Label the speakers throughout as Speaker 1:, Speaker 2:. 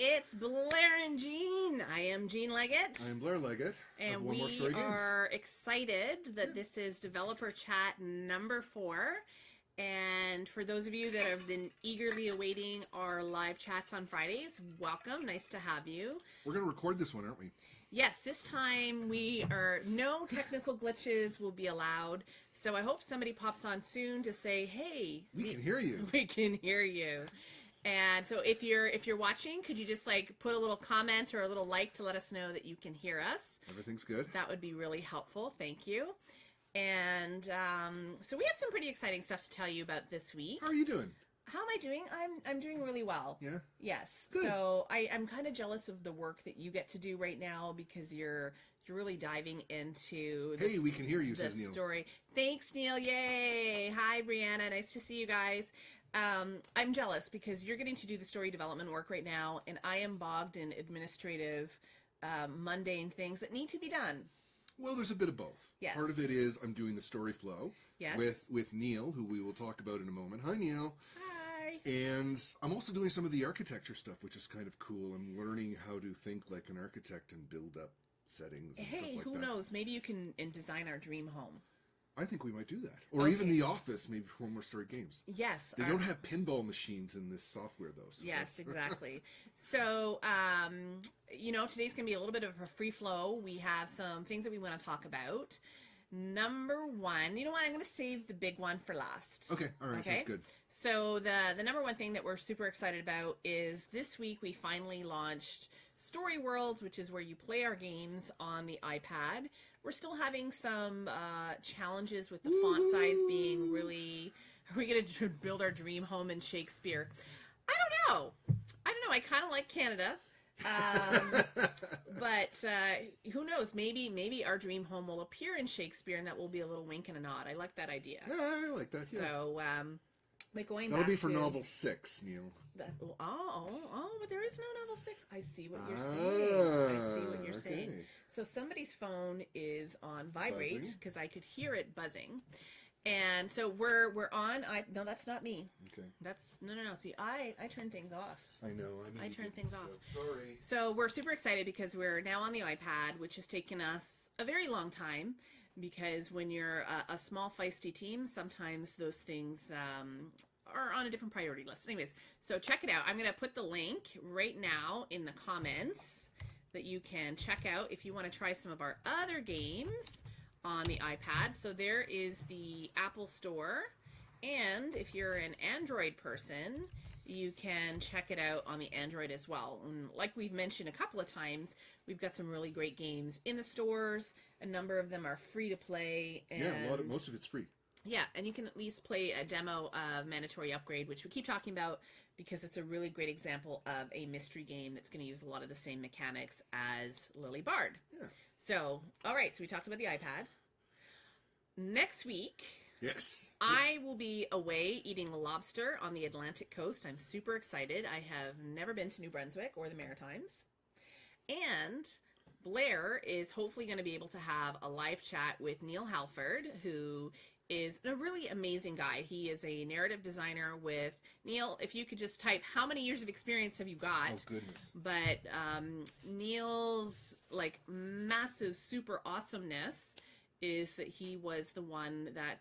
Speaker 1: It's Blair and Jean. I am Jean Leggett.
Speaker 2: I am Blair Leggett. of
Speaker 1: and
Speaker 2: one more story
Speaker 1: we
Speaker 2: games.
Speaker 1: are excited that this is developer chat number four. And for those of you that have been eagerly awaiting our live chats on Fridays, welcome. Nice to have you.
Speaker 2: We're going to record this one, aren't we?
Speaker 1: Yes, this time we are no technical glitches will be allowed. So I hope somebody pops on soon to say, "Hey,
Speaker 2: We can hear you.
Speaker 1: we can hear you." And so if you're if you're watching, could you just like put a little comment or a little like to let us know that you can hear us?
Speaker 2: Everything's good.
Speaker 1: That would be really helpful. Thank you. And um, so we have some pretty exciting stuff to tell you about this week.
Speaker 2: How are you doing?
Speaker 1: How am I doing? I'm I'm doing really well.
Speaker 2: Yeah.
Speaker 1: Yes.
Speaker 2: Good.
Speaker 1: So I, I'm kind of jealous of the work that you get to do right now because you're you're really diving into
Speaker 2: Hey,
Speaker 1: this-
Speaker 2: we can hear you,
Speaker 1: the
Speaker 2: says Neil.
Speaker 1: story. Thanks, Neil. Yay! Hi, Brianna. Nice to see you guys. Um, I'm jealous because you're getting to do the story development work right now, and I am bogged in administrative, um, mundane things that need to be done.
Speaker 2: Well, there's a bit of both.
Speaker 1: Yes.
Speaker 2: Part of it is I'm doing the story flow
Speaker 1: Yes.
Speaker 2: with with Neil, who we will talk about in a moment. Hi, Neil.
Speaker 1: Hi.
Speaker 2: And I'm also doing some of the architecture stuff, which is kind of cool. I'm learning how to think like an architect and build up settings. And
Speaker 1: Hey,
Speaker 2: stuff like
Speaker 1: who
Speaker 2: that.
Speaker 1: knows? Maybe you can and design our dream home.
Speaker 2: I think we might do that, or even
Speaker 1: Okay.
Speaker 2: the office, maybe for one more story games.
Speaker 1: Yes.
Speaker 2: They
Speaker 1: our-
Speaker 2: don't have pinball machines in this software, though. So
Speaker 1: Yes,
Speaker 2: that's-
Speaker 1: exactly. so, um, you know, today's going to be a little bit of a free flow. We have some things that we want to talk about. Number one, you know what? I'm going to save the big one for last.
Speaker 2: Okay, all right, sounds good.
Speaker 1: So the the number one thing that we're super excited about is this week we finally launched Story Worlds, which is where you play our games on the iPad. We're still having some uh, challenges with the font size being really. Are we going to build our dream home in Shakespeare? I don't know. I don't know. I kind of like Canada. Um, but uh, who knows? Maybe maybe our dream home will appear in Shakespeare, and that will be a little wink and a nod. I like that idea.
Speaker 2: Yeah, I like that. yeah.
Speaker 1: So, um, but going
Speaker 2: That'll
Speaker 1: back
Speaker 2: be for
Speaker 1: to
Speaker 2: novel six, Neil.
Speaker 1: That, oh, oh, oh, but there is no novel six. I see what you're
Speaker 2: Ah,
Speaker 1: saying. I see what you're saying.
Speaker 2: okay.
Speaker 1: So somebody's phone is on vibrate
Speaker 2: Buzzing.
Speaker 1: because I could hear it buzzing, and so we're we're on. I no, that's not me.
Speaker 2: Okay.
Speaker 1: That's no, no, no. See, I I turn things off.
Speaker 2: I know. I, know
Speaker 1: I
Speaker 2: you
Speaker 1: turned things
Speaker 2: didn't, so
Speaker 1: off.
Speaker 2: Sorry.
Speaker 1: So we're super excited because we're now on the iPad, which has taken us a very long time. Because when you're a, a small feisty team, sometimes those things um, are on a different priority list. Anyways, so check it out. I'm gonna put the link right now in the comments that you can check out if you want to try some of our other games on the iPad. So there is the Apple Store. And if you're an Android person, you can check it out on the Android as well. And like we've mentioned a couple of times, we've got some really great games in the stores. A number of them are free to play. And
Speaker 2: Yeah, a lot of, most of it's free.
Speaker 1: yeah, and you can at least play a demo of Mandatory Upgrade, which we keep talking about because it's a really great example of a mystery game that's going to use a lot of the same mechanics as Lily Bard.
Speaker 2: Yeah.
Speaker 1: So, all right, so we talked about the iPad. Next week,
Speaker 2: Yes.
Speaker 1: I will be away eating lobster on the Atlantic coast. I'm super excited. I have never been to New Brunswick or the Maritimes. And Blair is hopefully going to be able to have a live chat with Neil Halford, who is a really amazing guy. He is a narrative designer with Neil. If you could just type, how many years of experience have you got?
Speaker 2: Oh goodness.
Speaker 1: but um, Neil's like massive super awesomeness is that he was the one that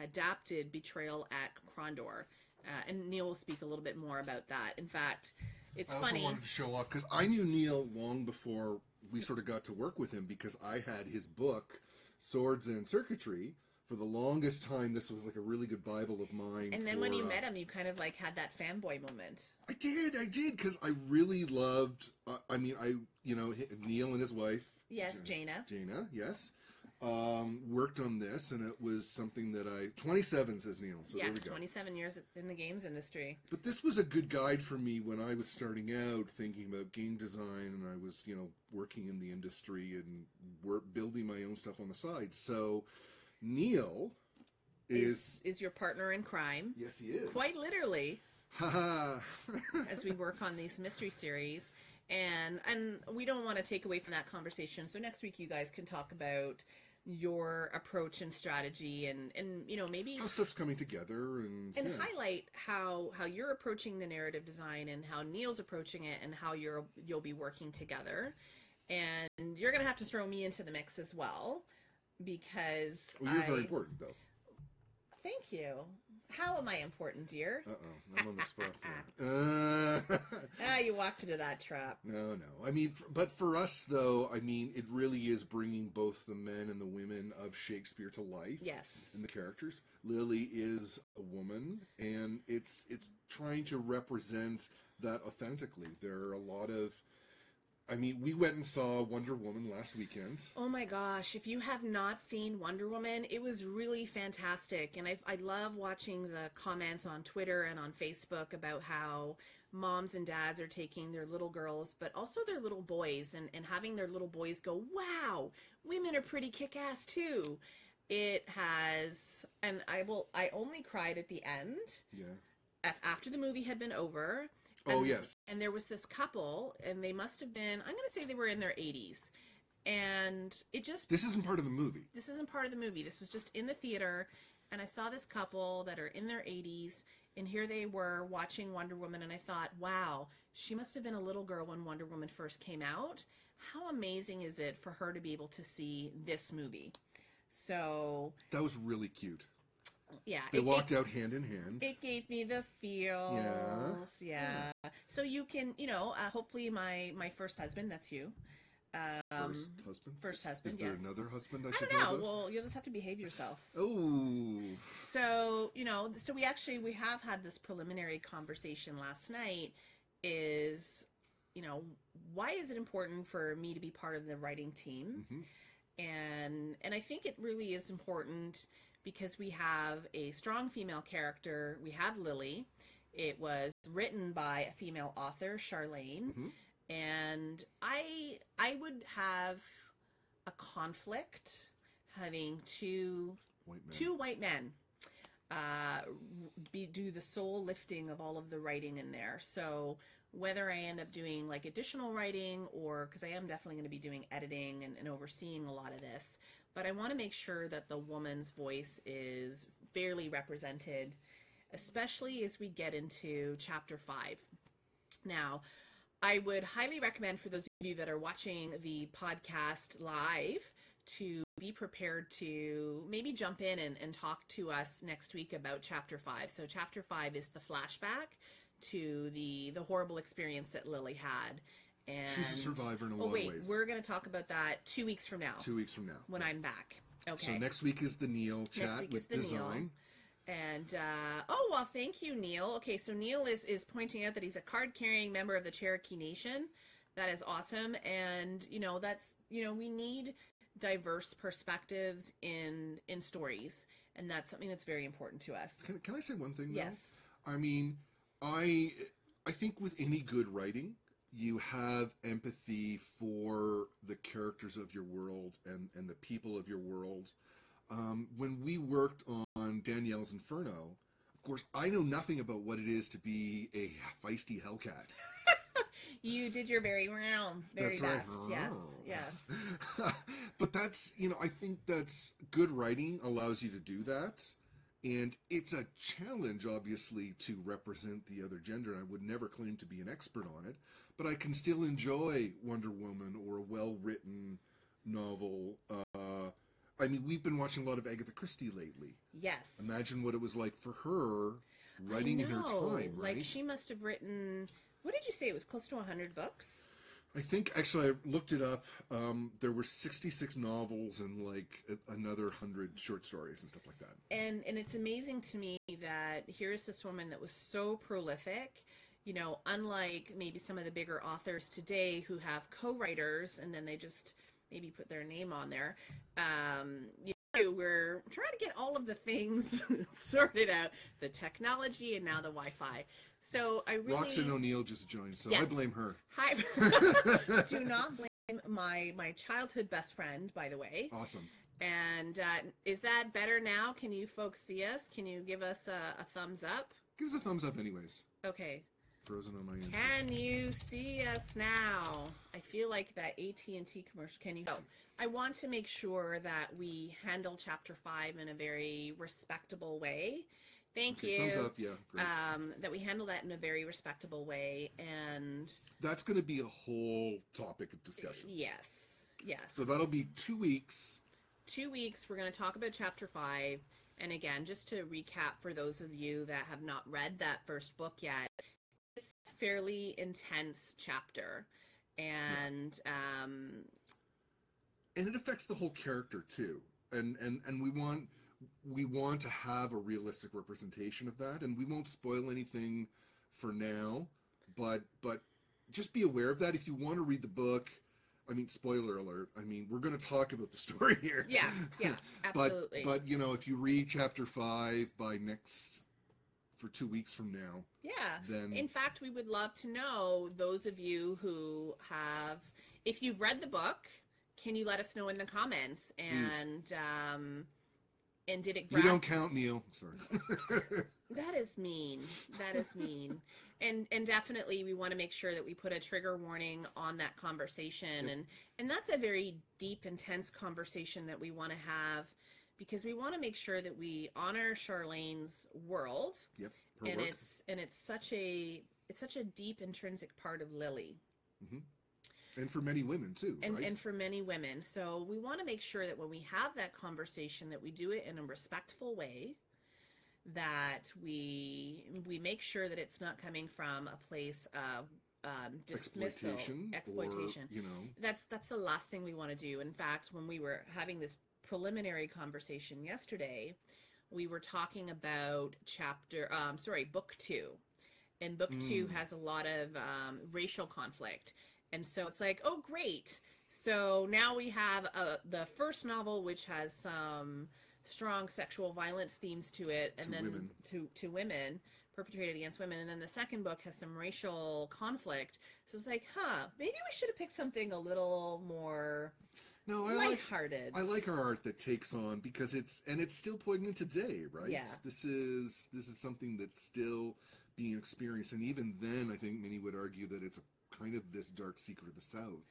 Speaker 1: adapted Betrayal at Krondor, uh, and Neil will speak a little bit more about that. In fact, it's
Speaker 2: I also
Speaker 1: funny.
Speaker 2: wanted to show off because I knew Neil long before we sort of got to work with him because I had his book, Swords and Circuitry. For the longest time, this was like a really good Bible of mine.
Speaker 1: and then when
Speaker 2: for,
Speaker 1: you
Speaker 2: uh,
Speaker 1: met him, you kind of like had that fanboy moment.
Speaker 2: I did, I did, because I really loved. Uh, I mean, I you know hi- Neil and his wife.
Speaker 1: Yes, Jaina.
Speaker 2: Jana, yes, um, worked on this, and it was something that I twenty seven says Neil. So there we
Speaker 1: Yes,
Speaker 2: go.
Speaker 1: 27 years in the games industry.
Speaker 2: But this was a good guide for me when I was starting out thinking about game design and I was, you know, working in the industry and wor building my own stuff on the side. So Neil is,
Speaker 1: Is is your partner in crime?
Speaker 2: yes, he is.
Speaker 1: Quite literally.
Speaker 2: Haha.
Speaker 1: as we work on these mystery series and and we don't want to take away from that conversation so next week you guys can talk about your approach and strategy and and you know maybe
Speaker 2: How stuff's coming together and,
Speaker 1: and
Speaker 2: yeah.
Speaker 1: highlight how how you're approaching the narrative design and how Neil's approaching it and how you're you'll be working together. And you're gonna have to throw me into the mix as well because
Speaker 2: Well, you're
Speaker 1: I,
Speaker 2: very important, though.
Speaker 1: Thank you. How am I important, dear?
Speaker 2: Uh oh, I'm on the spot. there. Uh,
Speaker 1: Ah, you walked into that trap.
Speaker 2: no, no. I mean, f- but for us, though, I mean, it really is bringing both the men and the women of Shakespeare to life.
Speaker 1: Yes.
Speaker 2: in the characters. Lily is a woman, and it's it's trying to represent that authentically. There are a lot of, I mean, we went and saw Wonder Woman last weekend.
Speaker 1: Oh my gosh, if you have not seen Wonder Woman, it was really fantastic. And I, I love watching the comments on Twitter and on Facebook about how moms and dads are taking their little girls, but also their little boys, and, and having their little boys go, wow, women are pretty kick ass too. It has, and I will, I only cried at the end
Speaker 2: Yeah.
Speaker 1: af- after the movie had been over.
Speaker 2: Oh
Speaker 1: And-
Speaker 2: yes.
Speaker 1: and there was this couple and they must have been i'm going to say they were in their 80s and it just
Speaker 2: This isn't part of the movie.
Speaker 1: this isn't part of the movie this was just in the theater and i saw this couple that are in their 80s and here they were watching wonder woman and i thought wow she must have been a little girl when wonder woman first came out how amazing is it for her to be able to see this movie so
Speaker 2: That was really cute.
Speaker 1: yeah
Speaker 2: They
Speaker 1: it- it-
Speaker 2: walked out hand in hand.
Speaker 1: it gave me the feels. Yeah. So you can, you know, uh, hopefully my my first husband, that's you. Um,
Speaker 2: first husband.
Speaker 1: first husband.
Speaker 2: Is there
Speaker 1: yes.
Speaker 2: another husband I,
Speaker 1: I
Speaker 2: should
Speaker 1: don't know.
Speaker 2: know? about?
Speaker 1: Well, you'll just have to behave yourself.
Speaker 2: oh.
Speaker 1: So you know, so we actually we have had this preliminary conversation last night. Is you know why is it important for me to be part of the writing team?
Speaker 2: hmm
Speaker 1: and and I think it really is important because we have a strong female character. We have Lily. It was written by a female author, Charlene,
Speaker 2: Mhm.
Speaker 1: and I I would have a conflict having two
Speaker 2: White man.
Speaker 1: two white men uh, be, do the soul lifting of all of the writing in there. So whether I end up doing like additional writing or because I am definitely going to be doing editing and, and overseeing a lot of this, but I want to make sure that the woman's voice is fairly represented, especially as we get into chapter five. Now, I would highly recommend for those of you that are watching the podcast live to be prepared to maybe jump in and, and talk to us next week about chapter five. So chapter five is the flashback to the the horrible experience that Lily had. And
Speaker 2: She's a survivor in a
Speaker 1: Oh
Speaker 2: lot
Speaker 1: wait,
Speaker 2: of ways.
Speaker 1: we're gonna talk about that two weeks from now
Speaker 2: Two weeks from now.
Speaker 1: when I'm back. Okay.
Speaker 2: So next week is the Neil chat
Speaker 1: week
Speaker 2: with
Speaker 1: is the Neil.
Speaker 2: design.
Speaker 1: And uh, oh well, thank you, Neil. Okay, so Neil is is pointing out that he's a card carrying member of the Cherokee Nation. That is awesome, and you know that's you know we need diverse perspectives in in stories, and that's something that's very important to us.
Speaker 2: Can, can I say one thing? Though?
Speaker 1: Yes,
Speaker 2: I mean, I I think with any good writing, you have empathy for the characters of your world and and the people of your world. Um, when we worked on Danielle's Inferno, of course, I know nothing about what it is to be a feisty Hellcat.
Speaker 1: you did your very round, very best. Yes,
Speaker 2: Oh.
Speaker 1: yes.
Speaker 2: yes. but that's you know I think that's good writing allows you to do that, and it's a challenge obviously to represent the other gender. And I would never claim to be an expert on it, but I can still enjoy Wonder Woman or a well written novel. Uh, I mean, we've been watching a lot of Agatha Christie lately.
Speaker 1: Yes.
Speaker 2: Imagine what it was like for her writing
Speaker 1: I
Speaker 2: in her
Speaker 1: know,
Speaker 2: time, right?
Speaker 1: Like she must have written. What did you say? It was close to hundred books.
Speaker 2: I think actually I looked it up. Um, there were 66 novels and like a- another hundred short stories and stuff like that.
Speaker 1: and and it's amazing to me that here's this woman that was so prolific you know unlike maybe some of the bigger authors today who have co-writers and then they just maybe put their name on there um you know, we're trying to get all of the things sorted out the technology and now the wi-fi so i really
Speaker 2: Roxanne O'Neill just joined, so I
Speaker 1: Yes.
Speaker 2: blame her.
Speaker 1: hi do not blame my my childhood best friend by the way
Speaker 2: awesome.
Speaker 1: and uh, is that better now? Can you folks see us? Can you give us a, a thumbs up?
Speaker 2: Give us a thumbs up, anyways.
Speaker 1: Okay.
Speaker 2: frozen on my end.
Speaker 1: Can you see us now? I feel like that AT&T commercial. Can you?
Speaker 2: Oh.
Speaker 1: I want to make sure that we handle Chapter Five in a very respectable way. Thank
Speaker 2: Okay,
Speaker 1: you.
Speaker 2: Thumbs up, yeah. Great.
Speaker 1: Um, that we handle that in a very respectable way, and
Speaker 2: That's going to be a whole topic of discussion.
Speaker 1: yes, yes.
Speaker 2: So that'll be two weeks.
Speaker 1: two weeks. We're going to talk about Chapter Five, and again, just to recap for those of you that have not read that first book yet, it's a fairly intense chapter, and um,
Speaker 2: and it affects the whole character too and and and we want we want to have a realistic representation of that and we won't spoil anything for now but but just be aware of that if you want to read the book i mean spoiler alert i mean we're going to talk about the story here
Speaker 1: yeah, yeah,
Speaker 2: but
Speaker 1: absolutely,
Speaker 2: but you know if you read chapter 5 by next for 2 weeks from now
Speaker 1: yeah.
Speaker 2: then
Speaker 1: In fact, we would love to know those of you who have, if you've read the book, can you let us know in the comments and um, and did it
Speaker 2: you
Speaker 1: grab
Speaker 2: don't count neil sorry
Speaker 1: That is mean. That is mean. and and definitely we want to make sure that we put a trigger warning on that conversation
Speaker 2: Yep.
Speaker 1: and and that's a very deep intense conversation that we want to have because we want to make sure that we honor Charlene's world
Speaker 2: Her
Speaker 1: and
Speaker 2: work.
Speaker 1: it's and it's such a it's such a deep intrinsic part of Lily
Speaker 2: and for many women too
Speaker 1: and
Speaker 2: right
Speaker 1: and for many women. So we want to make sure that when we have that conversation that we do it in a respectful way that we we make sure that it's not coming from a place of um, dismissal
Speaker 2: exploitation or,
Speaker 1: exploitation.
Speaker 2: you know
Speaker 1: That's that's the last thing we want to do. In fact, when we were having this preliminary conversation yesterday, we were talking about chapter um sorry, book 2. And book 2
Speaker 2: Mm.
Speaker 1: has a lot of um racial conflict. And so it's like, "Oh, great. So now we have uh, the first novel which has some strong sexual violence themes to it and
Speaker 2: To
Speaker 1: then
Speaker 2: women.
Speaker 1: to to women perpetrated against women and then the second book has some racial conflict so it's like huh maybe we should have picked something a little more
Speaker 2: no i like
Speaker 1: lighthearted
Speaker 2: I like our art that takes on because it's and it's still poignant today, right?
Speaker 1: Yeah.
Speaker 2: This is this is something that's still being experienced, and even then, I think many would argue that it's a kind of this dark secret of the South.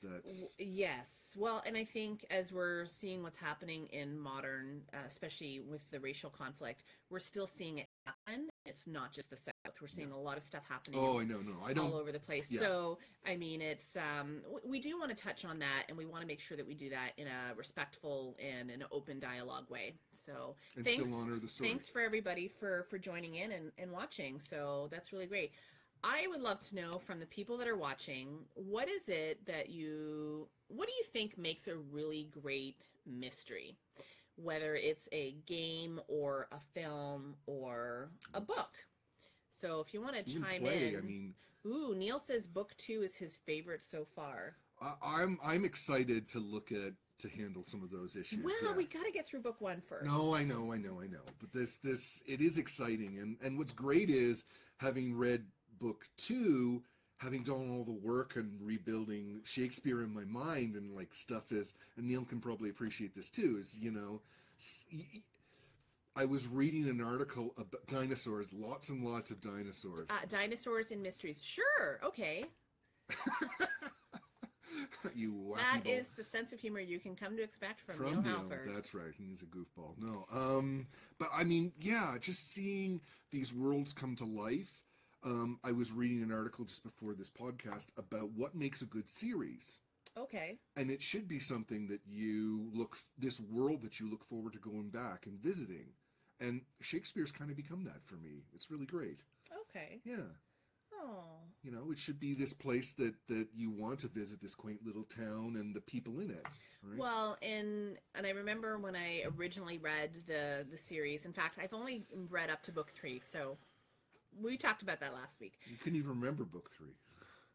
Speaker 2: That's
Speaker 1: W- yes well and i think as we're seeing what's happening in modern uh, especially with the racial conflict we're still seeing it happen it's not just the south we're seeing a lot of stuff happening in
Speaker 2: oh, I know, no, I
Speaker 1: all
Speaker 2: don't.
Speaker 1: over the place.
Speaker 2: yeah.
Speaker 1: So, I mean, it's um, w- we do want to touch on that, and we want to make sure that we do that in a respectful and an open dialogue way. So,
Speaker 2: And
Speaker 1: thanks,
Speaker 2: still honor the story.
Speaker 1: thanks for everybody for for joining in and, and watching. So that's really great. I would love to know from the people that are watching, what is it that you, what do you think makes a really great mystery? Whether it's a game or a film or a book. So if you want to
Speaker 2: Even
Speaker 1: chime
Speaker 2: play,
Speaker 1: in,
Speaker 2: I mean,
Speaker 1: Ooh, Neil says book two is his favorite so far.
Speaker 2: I, I'm I'm excited to look at to handle some of those issues.
Speaker 1: Well,
Speaker 2: yeah.
Speaker 1: we got to get through book one first.
Speaker 2: No, I know, I know, I know. But this this it is exciting and and what's great is having read book 2, having done all the work and rebuilding Shakespeare in my mind and like stuff is and Neil can probably appreciate this too is, you know, s- y- y- I was reading an article about dinosaurs, lots and lots of dinosaurs.
Speaker 1: Uh, dinosaurs and mysteries. Sure. Okay.
Speaker 2: you wacky
Speaker 1: That
Speaker 2: ball.
Speaker 1: is the sense of humor you can come to expect from, Neil Halford.
Speaker 2: That's right. He's a goofball. No, um, but I mean, yeah, just seeing these worlds come to life. Um, I was reading an article just before this podcast about what makes a good series,
Speaker 1: Okay.
Speaker 2: and it should be something that you look this world that you look forward to going back and visiting. And Shakespeare's kind of become that for me. It's really great.
Speaker 1: Okay.
Speaker 2: Yeah
Speaker 1: Oh.
Speaker 2: you know it should be this place that that you want to visit this quaint little town and the people in it right
Speaker 1: Well, and and I remember when I originally read the the series. In fact, I've only read up to book three, so we talked about that last week.
Speaker 2: you couldn't even remember book three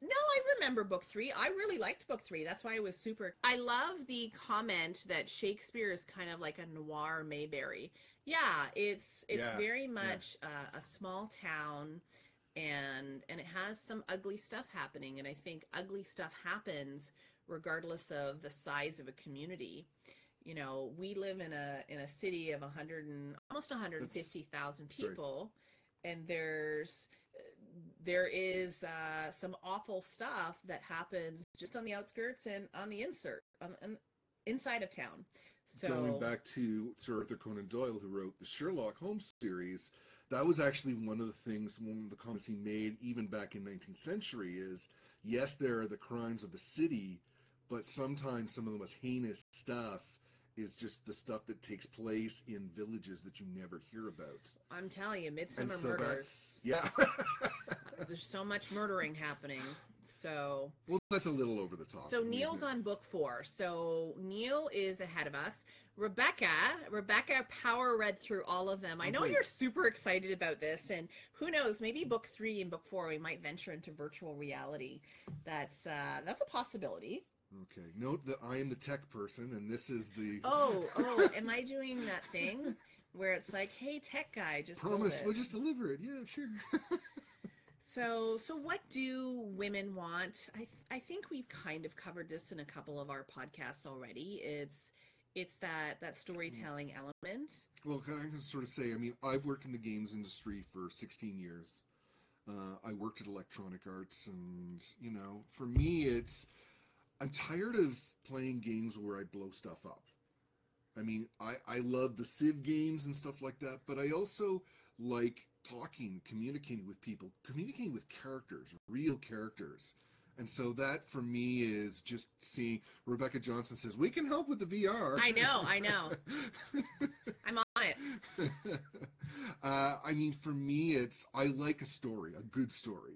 Speaker 1: No, I remember book three. I really liked book three. That's why I was super. I love the comment that Shakespeare is kind of like a noir Mayberry. Yeah, it's it's
Speaker 2: Yeah,
Speaker 1: very much uh, a small town, and and it has some ugly stuff happening. And I think ugly stuff happens regardless of the size of a community. You know, we live in a in a city of 100 and almost 150,000
Speaker 2: sorry.
Speaker 1: people, and there's there is uh, some awful stuff that happens just on the outskirts and on the insert on, on inside of town. So
Speaker 2: Going back to Sir Arthur Conan Doyle, who wrote the Sherlock Holmes series, that was actually one of the things, one of the comments he made even back in 19th century is, yes, there are the crimes of the city, but sometimes some of the most heinous stuff is just the stuff that takes place in villages that you never hear about.
Speaker 1: I'm telling you,
Speaker 2: And
Speaker 1: Midsummer
Speaker 2: so
Speaker 1: Murders.
Speaker 2: that's, yeah.
Speaker 1: There's so much murdering happening. So
Speaker 2: well, that's a little over the top.
Speaker 1: So
Speaker 2: I mean,
Speaker 1: Neil's
Speaker 2: it-
Speaker 1: on book four. So Neil is ahead of us. Rebecca, Rebecca power read through all of them. I
Speaker 2: Oh,
Speaker 1: know
Speaker 2: great.
Speaker 1: you're super excited about this, and who knows, maybe book three and book four we might venture into virtual reality. That's uh, that's a possibility.
Speaker 2: Okay. Note that I am the tech person, and this is the.
Speaker 1: Oh, oh, am I doing that thing where it's like, hey, tech guy, just build
Speaker 2: Promise,
Speaker 1: it.
Speaker 2: we'll just deliver it. Yeah, sure.
Speaker 1: So, so what do women want? I I think we've kind of covered this in a couple of our podcasts already. It's it's that that storytelling element.
Speaker 2: Well, can I just sort of say, I mean, I've worked in the games industry for 16 years. Uh, I worked at Electronic Arts, and, you know, for me, it's. I'm tired of playing games where I blow stuff up. I mean, I, I love the Civ games and stuff like that, but I also like talking, communicating with people, communicating with characters, real characters. And so that for me is just seeing Rebecca Johnson says, We can help with the VR.
Speaker 1: I know, I know. I'm on it.
Speaker 2: uh, I mean, for me, it's I like a story, a good story,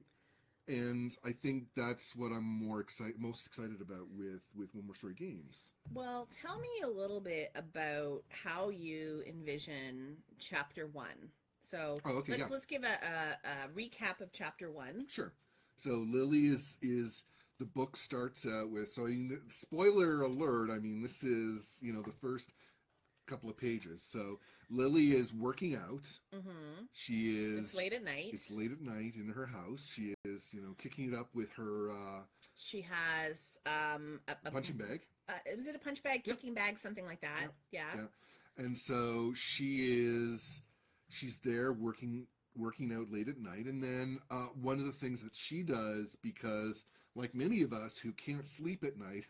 Speaker 2: and I think that's what I'm more excited, most excited about with with One More Story games.
Speaker 1: Well, tell me a little bit about how you envision chapter one. So
Speaker 2: Oh, okay,
Speaker 1: let's
Speaker 2: yeah.
Speaker 1: let's give a, a, a recap of chapter one.
Speaker 2: Sure. So Lily is is the book starts out with. So I mean, the- spoiler alert. I mean, this is you know the first couple of pages. So Lily is working out.
Speaker 1: Mm-hmm.
Speaker 2: She is.
Speaker 1: It's late at night.
Speaker 2: It's late at night in her house. She is, you know, kicking it up with her uh,
Speaker 1: She has um a, a
Speaker 2: punching bag.
Speaker 1: Uh, was it a punch bag,
Speaker 2: Yep.
Speaker 1: kicking bag, something like that?
Speaker 2: Yep,
Speaker 1: Yeah.
Speaker 2: yep. and so she is she's there working working out late at night and then uh, one of the things that she does because like many of us who can't sleep at night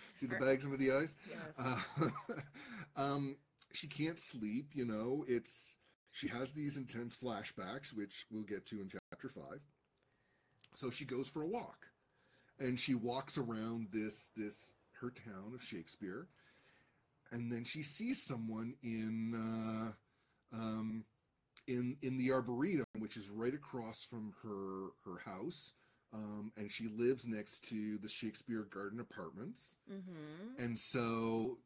Speaker 2: see the
Speaker 1: Her-
Speaker 2: bags under the eyes
Speaker 1: Yes.
Speaker 2: uh, um, she can't sleep you know it's she has these intense flashbacks which we'll get to in chapter five so she goes for a walk and she walks around this this her town of shakespeare and then she sees someone in uh, um, in in the arboretum, which is right across from her her house, um, and she lives next to the Shakespeare Garden Apartments,
Speaker 1: mm-hmm.
Speaker 2: and so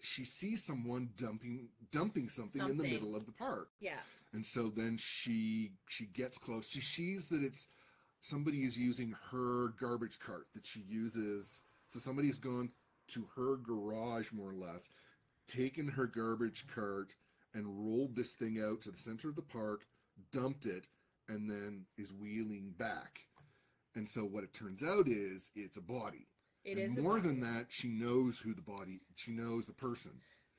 Speaker 2: she sees someone dumping dumping something, in the
Speaker 1: Something.
Speaker 2: middle of the park,
Speaker 1: Yeah.
Speaker 2: and so then she she gets close. She sees that it's somebody is using her garbage cart that she uses. So somebody has gone to her garage more or less, taken her garbage cart and rolled this thing out to the center of the park, dumped it, and then is wheeling back. And so what it turns out is it's a body.
Speaker 1: It
Speaker 2: and
Speaker 1: is a
Speaker 2: more
Speaker 1: body.
Speaker 2: than that, she knows who the body she knows the person.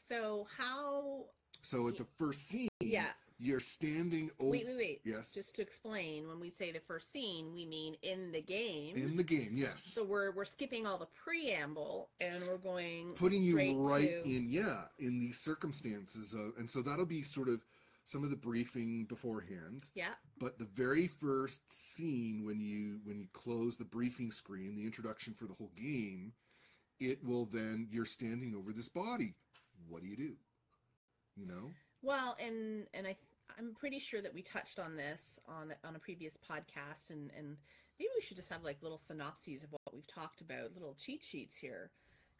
Speaker 1: So how?
Speaker 2: So at the first scene
Speaker 1: Yeah.
Speaker 2: you're standing over
Speaker 1: Wait, wait, wait.
Speaker 2: Oh, Yes.
Speaker 1: Just to explain, when we say the first scene, we mean in the game.
Speaker 2: in the game, yes.
Speaker 1: so we're we're skipping all the preamble and we're going
Speaker 2: putting you
Speaker 1: straight
Speaker 2: right
Speaker 1: to,
Speaker 2: in yeah in the circumstances of, and so that'll be sort of some of the briefing beforehand
Speaker 1: Yeah.
Speaker 2: but the very first scene when you when you close the briefing screen the introduction for the whole game it will then you're standing over this body what do you do you know
Speaker 1: Well, and and I I'm pretty sure that we touched on this on the, on a previous podcast, and and maybe we should just have like little synopses of what we've talked about, little cheat sheets here,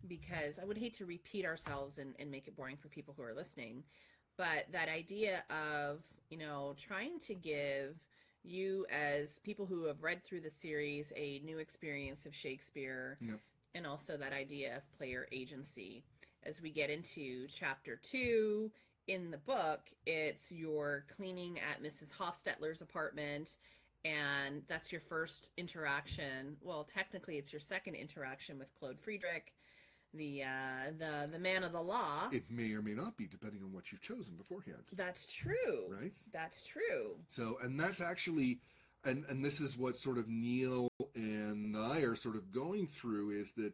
Speaker 1: because I would hate to repeat ourselves and and make it boring for people who are listening, but that idea of you know trying to give you as people who have read through the series a new experience of Shakespeare
Speaker 2: Yep.
Speaker 1: and also that idea of player agency as we get into chapter 2 in the book, it's your cleaning at Mrs. Hofstetler's apartment, and that's your first interaction. Well, technically, it's your second interaction with Claude Friedrich, the uh, the the man of the law.
Speaker 2: it may or may not be depending on what you've chosen beforehand
Speaker 1: that's true.
Speaker 2: right
Speaker 1: That's true.
Speaker 2: so and that's actually and and this is what sort of Neil and I are sort of going through is that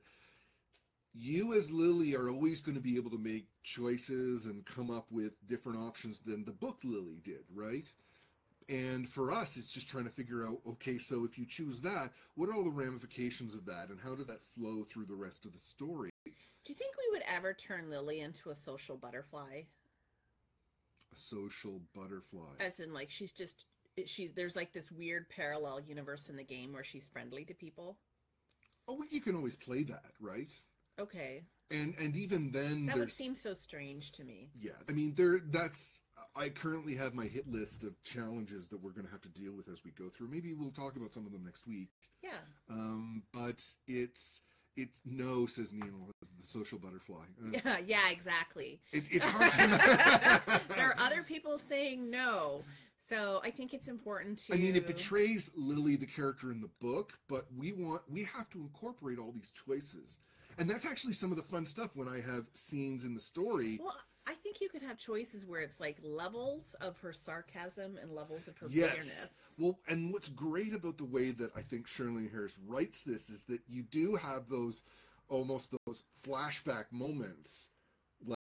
Speaker 2: you as Lily are always going to be able to make choices and come up with different options than the book Lily did, right? And for us, it's just trying to figure out okay, so if you choose that, what are all the ramifications of that, and how does that flow through the rest of the story?
Speaker 1: Do you think we would ever turn Lily into a social butterfly?
Speaker 2: A social butterfly.
Speaker 1: As in, like she's just she's there's like this weird parallel universe in the game where she's friendly to people.
Speaker 2: oh, well, you can always play that, right?
Speaker 1: Okay,
Speaker 2: And and even then,
Speaker 1: that would
Speaker 2: there's
Speaker 1: seem so strange to me.
Speaker 2: yeah. I mean, there. That's I currently have my hit list of challenges that we're going to have to deal with as we go through. Maybe we'll talk about some of them next week.
Speaker 1: Yeah,
Speaker 2: Um, but it's it's no, says Neil, the social butterfly. Uh,
Speaker 1: yeah, yeah, exactly.
Speaker 2: It, it's hard to.
Speaker 1: there are other people saying no, so I think it's important to.
Speaker 2: I mean, it betrays Lily, the character in the book, but we want we have to incorporate all these choices, and that's actually some of the fun stuff when I have scenes in the story.
Speaker 1: Well, I think you could have choices where it's like levels of her sarcasm and levels of her
Speaker 2: Yes.
Speaker 1: bitterness.
Speaker 2: Well, and what's great about the way that I think Shirley Harris writes this is that you do have those almost those flashback moments,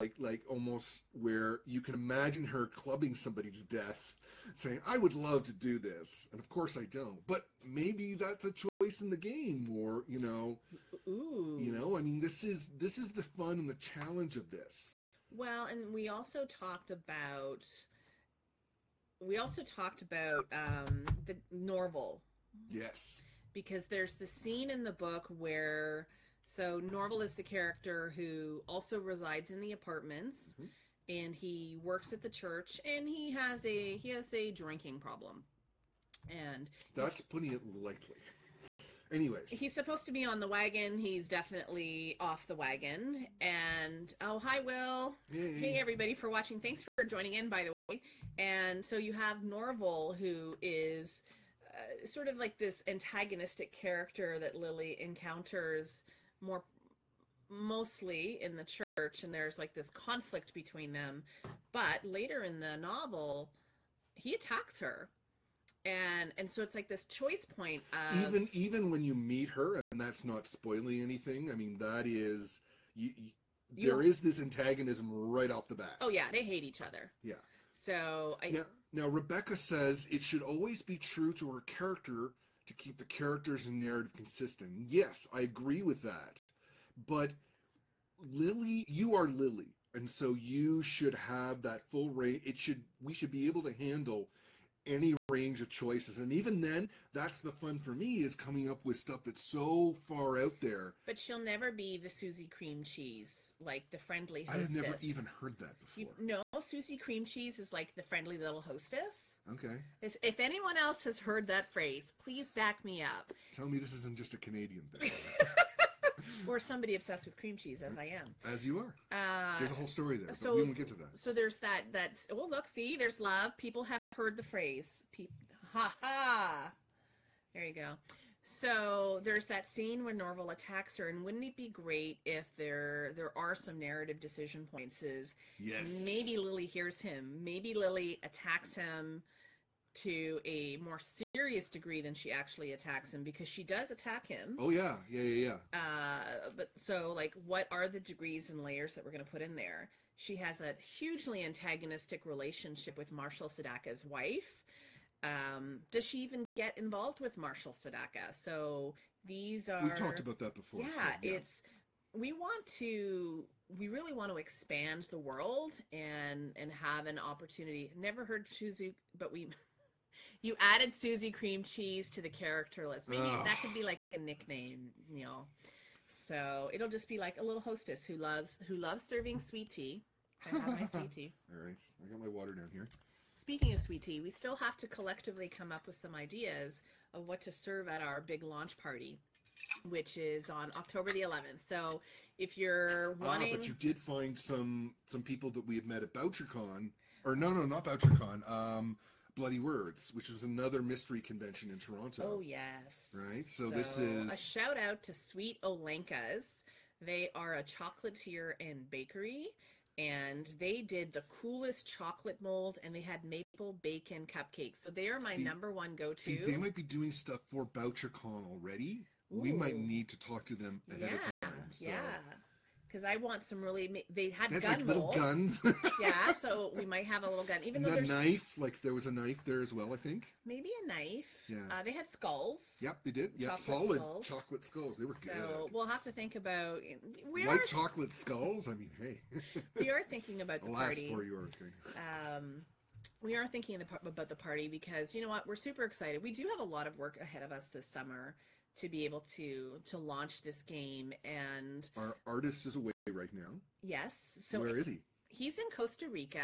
Speaker 2: like like almost where you can imagine her clubbing somebody to death, saying, "I would love to do this," and of course I don't, but maybe that's a choice in the game, or you know,
Speaker 1: Ooh.
Speaker 2: you know, I mean, this is this is the fun and the challenge of this.
Speaker 1: Well, and we also talked about we also talked about um, the Norval
Speaker 2: Yes,
Speaker 1: because there's the scene in the book where so Norval is the character who also resides in the apartments
Speaker 2: Mhm.
Speaker 1: and he works at the church and he has a he has a drinking problem. And
Speaker 2: that's putting it lightly. Anyways,
Speaker 1: He's supposed to be on the wagon. He's definitely off the wagon. And oh, hi, Will. Hey, everybody, for watching. Thanks for joining in, by the way. And so you have Norval, who is uh, sort of like this antagonistic character that Lily encounters more mostly in the church, and there's like this conflict between them. But later in the novel, he attacks her. And and so it's like this choice point of
Speaker 2: even even when you meet her and that's not spoiling anything i mean that is you, you,
Speaker 1: You-
Speaker 2: there is this antagonism right off the bat
Speaker 1: Oh yeah, they hate each other.
Speaker 2: Yeah.
Speaker 1: So I
Speaker 2: now, now rebecca says it should always be true to her character to keep the characters and narrative consistent yes i agree with that but lily you are lily and so you should have that full range it should we should be able to handle any range of choices and even then that's the fun for me is coming up with stuff that's so far out there
Speaker 1: but she'll never be the Susie cream cheese, like the friendly
Speaker 2: i have
Speaker 1: hostess.
Speaker 2: never even heard that before
Speaker 1: You've, no, Susie cream cheese is like the friendly little hostess.
Speaker 2: okay
Speaker 1: Is- If anyone else has heard that phrase, please back me up.
Speaker 2: tell me this isn't just a canadian thing
Speaker 1: Or somebody obsessed with cream cheese, as I am.
Speaker 2: as you are
Speaker 1: Uh,
Speaker 2: there's a whole story there
Speaker 1: so-
Speaker 2: but we won't get to that
Speaker 1: so there's that. That's oh look, see, there's love. People have heard the phrase. People, ha ha. There you go. So there's that scene when Norval attacks her, and wouldn't it be great if there there are some narrative decision points? Is
Speaker 2: yes
Speaker 1: maybe Lily hears him, maybe Lily attacks him to a more serious degree than she actually attacks him because she does attack him.
Speaker 2: oh yeah yeah yeah yeah
Speaker 1: Uh, but so like what are the degrees and layers that we're going to put in there she has a hugely antagonistic relationship with marshall sadaka's wife um, does she even get involved with marshall sadaka so these are
Speaker 2: we've talked about that before so,
Speaker 1: yeah, it's we want to we really want to expand the world and and have an opportunity. Never heard Suzy, but we you added Susie cream cheese to the character list. Maybe
Speaker 2: Ugh.
Speaker 1: that could be like a nickname, you know. So it'll just be like a little hostess who loves who loves serving sweet tea. I have my sweet tea.
Speaker 2: all right i got my water down here Ah,
Speaker 1: Speaking of sweet tea, we still have to collectively come up with some ideas of what to serve at our big launch party, which is on October the 11th. So if you're wanting,
Speaker 2: Ah, but you did find some some people that we had met at BoucherCon, or no, no, not BoucherCon. Um, Bloody Words, which was another mystery convention in Toronto.
Speaker 1: oh yes,
Speaker 2: Right, so this
Speaker 1: a
Speaker 2: is-
Speaker 1: shout out to Sweet Olenka's. They are a chocolatier and bakery, and they did the coolest chocolate mold and they had maple bacon cupcakes. So they are my
Speaker 2: See-
Speaker 1: number one go
Speaker 2: See, they
Speaker 1: to.
Speaker 2: might be doing stuff for BoucherCon already. We might
Speaker 1: Ooh.
Speaker 2: need to talk to them ahead
Speaker 1: yeah,
Speaker 2: of time. So.
Speaker 1: yeah. Because I want some really. ma- They had
Speaker 2: That's
Speaker 1: gun
Speaker 2: like little
Speaker 1: molds.
Speaker 2: guns.
Speaker 1: yeah, so we might have a little gun, even
Speaker 2: and
Speaker 1: though
Speaker 2: a
Speaker 1: there's
Speaker 2: knife. Like there was a knife there as well, I think.
Speaker 1: maybe a knife.
Speaker 2: Yeah.
Speaker 1: Uh, they had skulls.
Speaker 2: Yep, they did. Yep,
Speaker 1: Chocolate
Speaker 2: solid
Speaker 1: skulls.
Speaker 2: chocolate skulls. They were
Speaker 1: So we'll have to think about. We
Speaker 2: good.
Speaker 1: are
Speaker 2: White chocolate skulls. I mean, hey,
Speaker 1: we are thinking about the
Speaker 2: I'll ask
Speaker 1: party.
Speaker 2: for yours. okay?
Speaker 1: Um, we are thinking the, par- about the party because you know what? We're super excited. We do have a lot of work ahead of us this summer to be able to to launch this game. And
Speaker 2: Our artist is away right now.
Speaker 1: yes, so
Speaker 2: Where is he?
Speaker 1: he's in Costa Rica.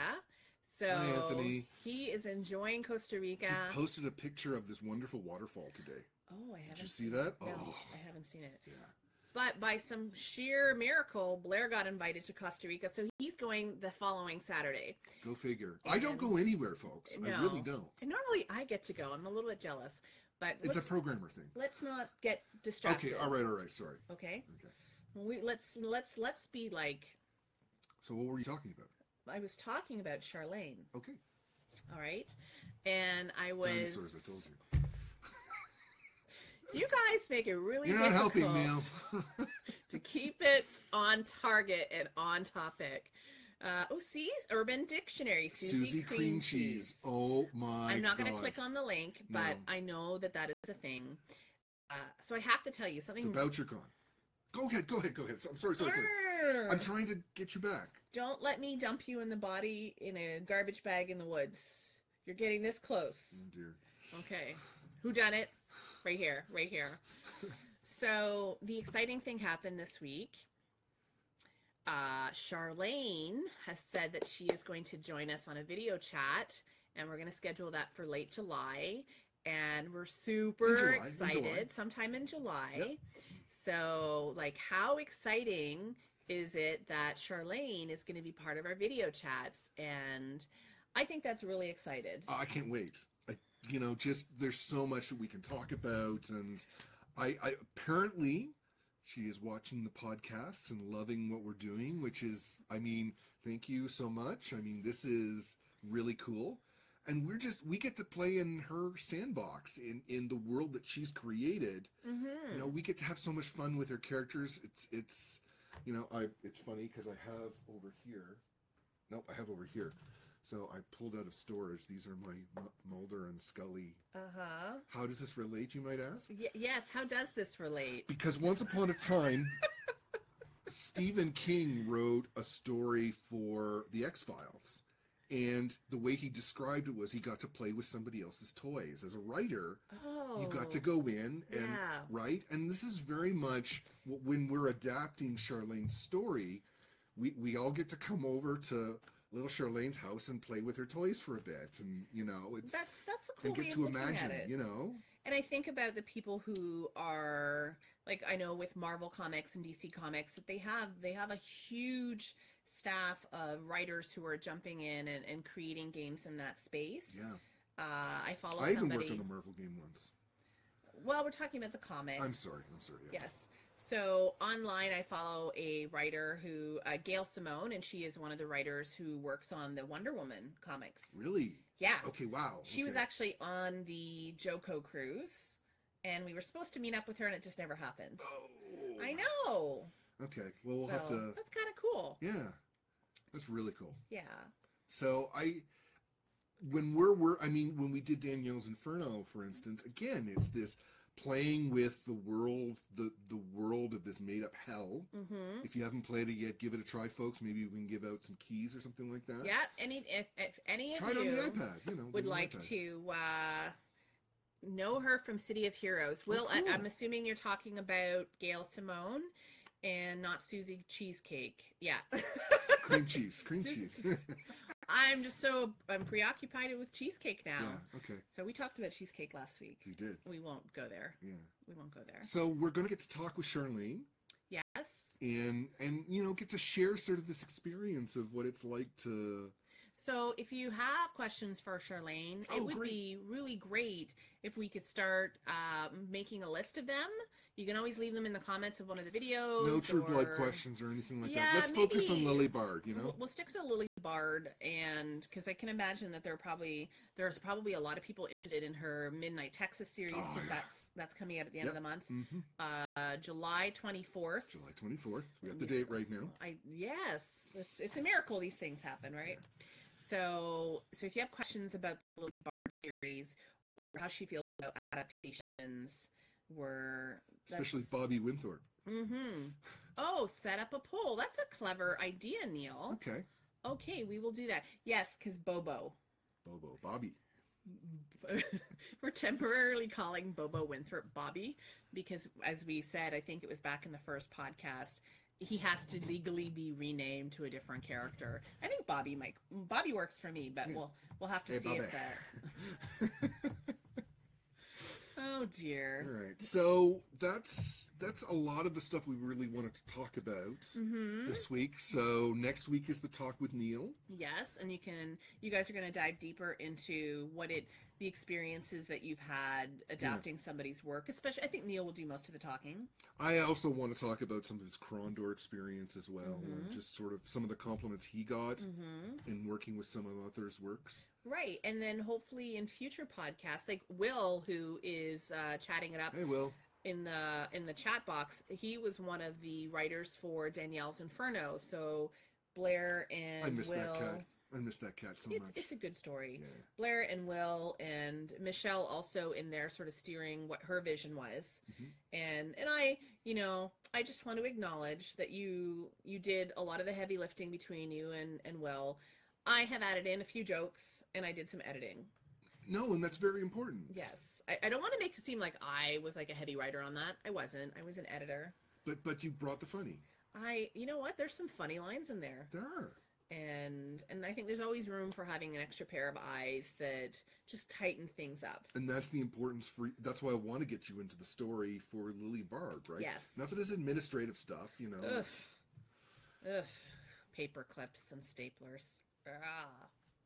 Speaker 1: So
Speaker 2: Hi, Anthony.
Speaker 1: he is enjoying Costa Rica.
Speaker 2: He posted a picture of this wonderful waterfall today.
Speaker 1: oh, I haven't
Speaker 2: Did you see
Speaker 1: seen
Speaker 2: that?
Speaker 1: No,
Speaker 2: Oh,
Speaker 1: I haven't seen it.
Speaker 2: yeah.
Speaker 1: But by some sheer miracle, Blair got invited to Costa Rica, so he's going the following Saturday.
Speaker 2: Go figure. I don't
Speaker 1: And-
Speaker 2: go anywhere, folks. I really
Speaker 1: No.
Speaker 2: don't.
Speaker 1: And normally I get to go. I'm a little bit jealous, but
Speaker 2: It's
Speaker 1: let's,
Speaker 2: a programmer thing.
Speaker 1: let's not get distracted.
Speaker 2: Okay, all right, all right. Sorry.
Speaker 1: Okay.
Speaker 2: Okay.
Speaker 1: We let's let's let's be like
Speaker 2: So what were you talking about?
Speaker 1: I was talking about Charlene.
Speaker 2: Okay.
Speaker 1: All right, and I was.
Speaker 2: Dinosaurs. I told you.
Speaker 1: You guys make it really
Speaker 2: You're not helping,
Speaker 1: difficult
Speaker 2: ma'am.
Speaker 1: to keep it on target and on topic. Uh, oh, see, Urban Dictionary, Susie,
Speaker 2: Susie cream, cheese. Oh my!
Speaker 1: I'm not going to
Speaker 2: God.
Speaker 1: click on the link, but
Speaker 2: No.
Speaker 1: I know that that is a thing. Uh, so I have to tell you
Speaker 2: It's
Speaker 1: something.
Speaker 2: about your con. Go ahead. Go ahead. Go ahead. So- I'm sorry. Sorry. Sorry.
Speaker 1: Arr!
Speaker 2: I'm trying to get you back.
Speaker 1: Don't let me dump you in the body in a garbage bag in the woods. You're getting this close.
Speaker 2: Oh, dear.
Speaker 1: Okay. Who done it? Right here, right here. So the exciting thing happened this week. Uh, Charlene has said that she is going to join us on a video chat, and we're going to schedule that for late July. And we're super
Speaker 2: July, in July.
Speaker 1: excited, sometime in July.
Speaker 2: Yep.
Speaker 1: So, like, how exciting is it that Charlene is going to be part of our video chats? And I think that's really excited.
Speaker 2: Oh, I can't wait. I, you know, just there's so much that we can talk about, and I, I apparently she is watching the podcasts and loving what we're doing, which is, I mean, thank you so much. I mean, this is really cool, and we're just we get to play in her sandbox in in the world that she's created.
Speaker 1: Mm-hmm.
Speaker 2: You know, we get to have so much fun with her characters. It's it's, you know, I it's funny because I have over here. Nope, I have over here. So I pulled out of storage. These are my M- Mulder and Scully.
Speaker 1: Uh huh.
Speaker 2: How does this relate, you might ask?
Speaker 1: Y- yes. How does this relate?
Speaker 2: Because once upon a time, Stephen King wrote a story for the X Files. And the way he described it was he got to play with somebody else's toys. As a writer,
Speaker 1: Oh,
Speaker 2: you got to go in and
Speaker 1: Yeah.
Speaker 2: right and this is very much wh- when we're adapting charlene's story we we all get to come over to little charlene's house and play with her toys for a bit and you know it's
Speaker 1: That's that's a cool
Speaker 2: and
Speaker 1: way
Speaker 2: get
Speaker 1: of
Speaker 2: to
Speaker 1: looking at
Speaker 2: imagine
Speaker 1: it.
Speaker 2: you know
Speaker 1: And I think about the people who are like I know with Marvel Comics and DC Comics that they have they have a huge staff of writers who are jumping in and, and creating games in that space.
Speaker 2: yeah
Speaker 1: Uh, I follow
Speaker 2: i even
Speaker 1: somebody.
Speaker 2: worked on a marvel game once
Speaker 1: Well, we're talking about the comics.
Speaker 2: i'm sorry i'm sorry
Speaker 1: Yes. So online, I follow a writer who, uh, Gail Simone, and she is one of the writers who works on the Wonder Woman comics.
Speaker 2: really
Speaker 1: Yeah.
Speaker 2: okay wow
Speaker 1: She was
Speaker 2: okay.
Speaker 1: actually on the Joko cruise, and we were supposed to meet up with her, and it just never happened.
Speaker 2: oh.
Speaker 1: I know.
Speaker 2: okay well we'll have
Speaker 1: So,
Speaker 2: to
Speaker 1: That's kind of cool.
Speaker 2: yeah that's really cool
Speaker 1: Yeah.
Speaker 2: So I, when we're we're I mean when we did Danielle's Inferno, for instance, again it's this playing with the world the the world of this made up hell.
Speaker 1: Mm-hmm.
Speaker 2: If you haven't played it yet, give it a try, folks. Maybe we can give out some keys or something like that.
Speaker 1: Yeah. Any if, if any of
Speaker 2: Try it
Speaker 1: you
Speaker 2: on the iPad. You know,
Speaker 1: would
Speaker 2: on the
Speaker 1: like
Speaker 2: iPad.
Speaker 1: to uh, know her from City of Heroes. Will,
Speaker 2: Oh, cool.
Speaker 1: I, I'm assuming you're talking about Gail Simone and not Susie Cheesecake. Yeah.
Speaker 2: cream cheese, cream
Speaker 1: Susan-
Speaker 2: cheese. yeah.
Speaker 1: I'm just so I'm preoccupied with cheesecake now.
Speaker 2: Okay,
Speaker 1: So we talked about cheesecake last week.
Speaker 2: you did.
Speaker 1: We won't go there.
Speaker 2: Yeah.
Speaker 1: We won't go there.
Speaker 2: So we're gonna get to talk with Charlene
Speaker 1: Yes.
Speaker 2: and and you know get to share sort of this experience of what it's like to
Speaker 1: So if you have questions for Charlene,
Speaker 2: Oh,
Speaker 1: it would
Speaker 2: great.
Speaker 1: be really great if we could start uh, making a list of them. You can always leave them in the comments of one of the videos.
Speaker 2: No true blood
Speaker 1: or-
Speaker 2: questions or anything like
Speaker 1: Yeah,
Speaker 2: that. Let's focus on
Speaker 1: maybe-
Speaker 2: Lily Bard, you know?
Speaker 1: We'll, we'll stick to Lily Bard, and because I can imagine that there are probably there's probably a lot of people interested in her Midnight Texas series
Speaker 2: Oh,
Speaker 1: because
Speaker 2: yeah.
Speaker 1: that's that's coming out at the end
Speaker 2: Yep.
Speaker 1: of the month,
Speaker 2: hmm
Speaker 1: uh, July 24th.
Speaker 2: July 24th. We got the
Speaker 1: Yes.
Speaker 2: date right now.
Speaker 1: I yes, it's it's a miracle these things happen, right? So so if you have questions about the Lily Bard series or how she feels about adaptations, were
Speaker 2: Especially Bobby Winthorpe.
Speaker 1: Mm-hmm. Oh, set up a poll. That's a clever idea, Neil.
Speaker 2: Okay.
Speaker 1: Okay, we will do that. Yes, because Bobo.
Speaker 2: Bobo. Bobby.
Speaker 1: We're temporarily calling Bobo Winthrop Bobby because, as we said, I think it was back in the first podcast, he has to legally be renamed to a different character. I think Bobby might. Bobby works for me, but
Speaker 2: Yeah.
Speaker 1: we'll we'll have to
Speaker 2: Hey,
Speaker 1: see
Speaker 2: Bobby.
Speaker 1: if that. Oh
Speaker 2: All
Speaker 1: dear.
Speaker 2: right. So that's that's a lot of the stuff we really wanted to talk about
Speaker 1: Mm-hmm.
Speaker 2: this week. So next week is the talk with Neil.
Speaker 1: Yes, and you can. You guys are going to dive deeper into what it, the experiences that you've had adapting somebody's work. Especially, I think Neil will do most of the talking.
Speaker 2: I also want to talk about some of his Krondor experience as well, and
Speaker 1: Mhm.
Speaker 2: just sort of some of the compliments he got
Speaker 1: Mm-hmm.
Speaker 2: in working with some of others' works.
Speaker 1: Right, and then hopefully in future podcasts, like Will, who is uh, chatting it up
Speaker 2: Hey, Will.
Speaker 1: in the in the chat box, he was one of the writers for Danielle's Inferno. So Blair and
Speaker 2: I miss
Speaker 1: Will,
Speaker 2: that cat. I miss that cat so
Speaker 1: it's
Speaker 2: much.
Speaker 1: it's a good story.
Speaker 2: yeah.
Speaker 1: Blair and Will and Michelle also in there, sort of steering what her vision was,
Speaker 2: Mhm.
Speaker 1: and and I, you know, I just want to acknowledge that you you did a lot of the heavy lifting between you and and Will. I have added in a few jokes and I did some editing.
Speaker 2: No, and that's very important.
Speaker 1: Yes. I, I don't want to make it seem like I was like a heavy writer on that. I wasn't. I was an editor.
Speaker 2: But but you brought the funny.
Speaker 1: I you know what? There's some funny lines in there.
Speaker 2: There are.
Speaker 1: And and I think there's always room for having an extra pair of eyes that just tighten things up.
Speaker 2: And that's the importance for that's why I want to get you into the story for Lily Barb, right?
Speaker 1: Yes.
Speaker 2: Not for this administrative stuff, you know.
Speaker 1: Ugh. Ugh. Paper clips and staplers. Ah.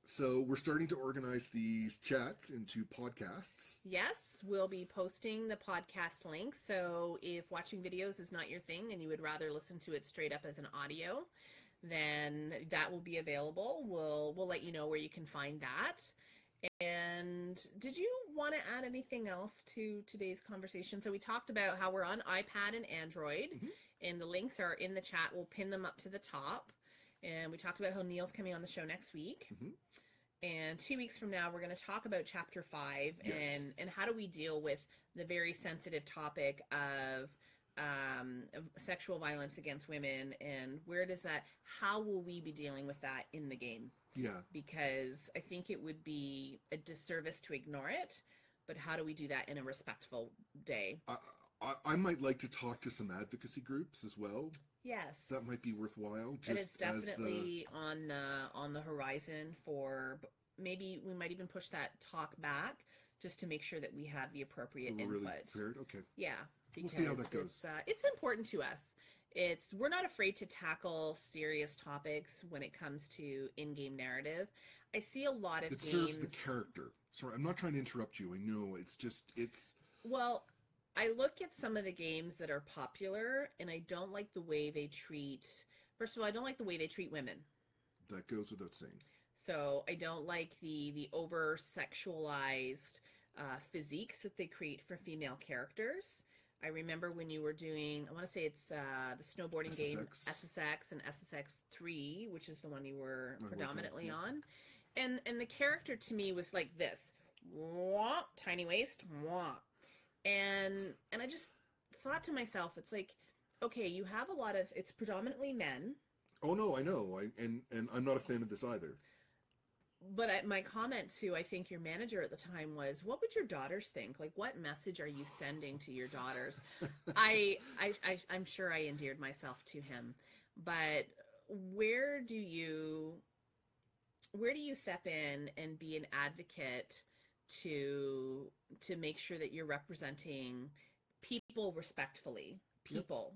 Speaker 2: So we're starting to organize these chats into podcasts.
Speaker 1: Yes, we'll be posting the podcast link. So if watching videos is not your thing and you would rather listen to it straight up as an audio, then that will be available. We'll we'll let you know where you can find that. And did you want to add anything else to today's conversation? So we talked about how we're on iPad and Android,
Speaker 2: Mhm.
Speaker 1: and the links are in the chat. We'll pin them up to the top. And we talked about how Neil's coming on the show next week.
Speaker 2: Mhm.
Speaker 1: And two weeks from now, we're going to talk about chapter five
Speaker 2: Yes.
Speaker 1: and, and how do we deal with the very sensitive topic of um, of sexual violence against women and where does that, how will we be dealing with that in the game?
Speaker 2: Yeah.
Speaker 1: because I think it would be a disservice to ignore it. But how do we do that in a respectful day?
Speaker 2: I, I I might like to talk to some advocacy groups as well.
Speaker 1: Yes,
Speaker 2: That might be worthwhile. Just
Speaker 1: That is
Speaker 2: as the
Speaker 1: definitely on the on the horizon for b- maybe we might even push that talk back just to make sure that we have the appropriate
Speaker 2: we're
Speaker 1: input.
Speaker 2: really prepared. Okay.
Speaker 1: Yeah,
Speaker 2: We'll see how that goes.
Speaker 1: It's, uh, it's important to us. It's we're not afraid to tackle serious topics when it comes to in-game narrative. I see a lot of
Speaker 2: It
Speaker 1: games.
Speaker 2: serves the character. Sorry, I'm not trying to interrupt you. I know it's just it's
Speaker 1: Well, I look at some of the games that are popular and I don't like the way they treat first of all, I don't like the way they treat women.
Speaker 2: that goes without saying.
Speaker 1: So I don't like the the over sexualized uh, physiques that they create for female characters. I remember when you were doing I want to say it's uh, the snowboarding game
Speaker 2: SSX.
Speaker 1: SSX and SSX three, which is the one you were
Speaker 2: I worked on,
Speaker 1: predominantly
Speaker 2: yeah.
Speaker 1: on, and and the character to me was like this, womp, tiny waist, womp, and and I just thought to myself, it's like, okay, you have a lot of it's predominantly men.
Speaker 2: Oh no, I know. I and and I'm not a fan of this either.
Speaker 1: But I, my comment to I think your manager at the time was, "What would your daughters think? Like, what message are you sending to your daughters?" I, I, I I'm sure I endeared myself to him, but where do you, where do you step in and be an advocate to to make sure that you're representing people respectfully?
Speaker 2: Yep.
Speaker 1: People,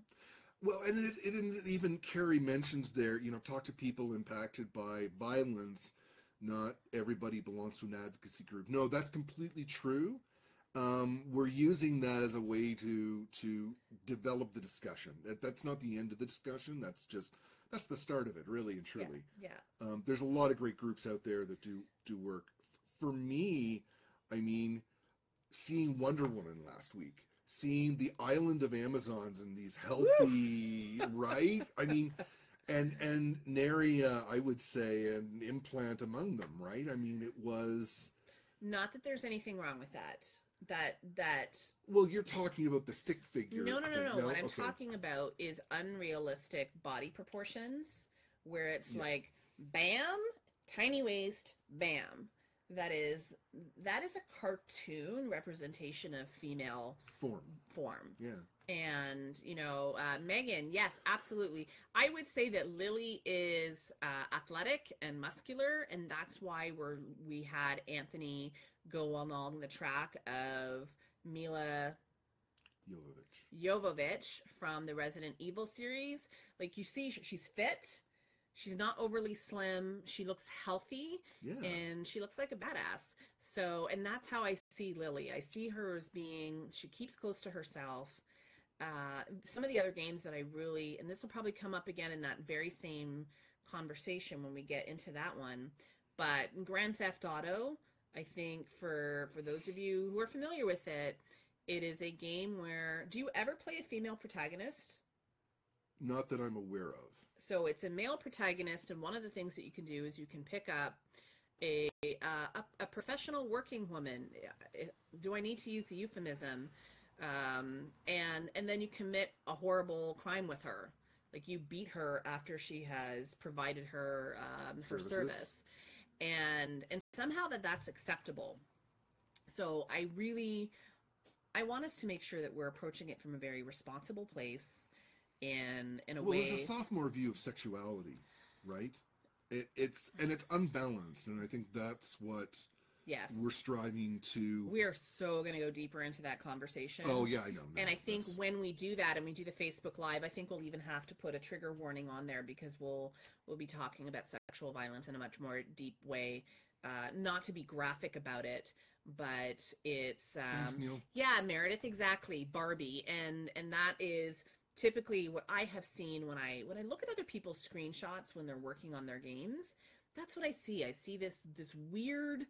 Speaker 2: Well, and it, it, and it even Carrie mentions there, you know, talk to people impacted by violence not everybody belongs to an advocacy group. No, that's completely true. Um, we're using that as a way to to develop the discussion. That, that's not the end of the discussion. That's just that's the start of it, really and truly.
Speaker 1: Yeah.
Speaker 2: Um, there's a lot of great groups out there that do do work. F- For me, I mean, seeing Wonder Woman last week, seeing the island of Amazons and these healthy, right? I mean, and and nary uh, I would say an implant among them, right? I mean, it was.
Speaker 1: Not that there's anything wrong with that. That that
Speaker 2: Well, you're talking about the stick figure.
Speaker 1: no no no
Speaker 2: thing,
Speaker 1: no. What I'm
Speaker 2: Okay.
Speaker 1: talking about is unrealistic body proportions where it's
Speaker 2: Yeah.
Speaker 1: like bam, tiny waist, bam. That is that is a cartoon representation of female
Speaker 2: form.
Speaker 1: form.
Speaker 2: Yeah,
Speaker 1: and you know uh, megan yes absolutely i would say that lily is uh, athletic and muscular and that's why we're we had anthony go along the track of mila
Speaker 2: Jovovich.
Speaker 1: jovovich from the resident evil series like you see sh- she's fit she's not overly slim she looks healthy
Speaker 2: Yeah,
Speaker 1: and she looks like a badass. So, and that's how I see Lily. I see her as being she keeps close to herself. Uh, some of the other games that I really, and this will probably come up again in that very same conversation when we get into that one, but Grand Theft Auto. I think for for those of you who are familiar with it, it is a game where do you ever play a female protagonist?
Speaker 2: not that I'm aware of.
Speaker 1: so it's a male protagonist and one of the things that you can do is you can pick up a uh, a, a professional working woman Uh, do i need to use the euphemism um, and and then you commit a horrible crime with her like you beat her after she has provided her um, her
Speaker 2: Services.
Speaker 1: service and and somehow that that's acceptable so i really i want us to make sure that we're approaching it from a very responsible place in in a
Speaker 2: well,
Speaker 1: way
Speaker 2: there's a sophomore view of sexuality, right? It, it's and it's unbalanced, and I think that's what
Speaker 1: Yes.
Speaker 2: we're striving to.
Speaker 1: We are so going to go deeper into that conversation.
Speaker 2: oh yeah, I know. no,
Speaker 1: And I think
Speaker 2: that's-
Speaker 1: when we do that and we do the Facebook Live, I think we'll even have to put a trigger warning on there because we'll we'll be talking about sexual violence in a much more deep way. Uh, not to be graphic about it, but it's
Speaker 2: Thanks,
Speaker 1: um,
Speaker 2: Neil.
Speaker 1: yeah, Meredith, exactly. Barbie, and and that is typically what I have seen when I when I look at other people's screenshots when they're working on their games. That's what I see. I see this this weird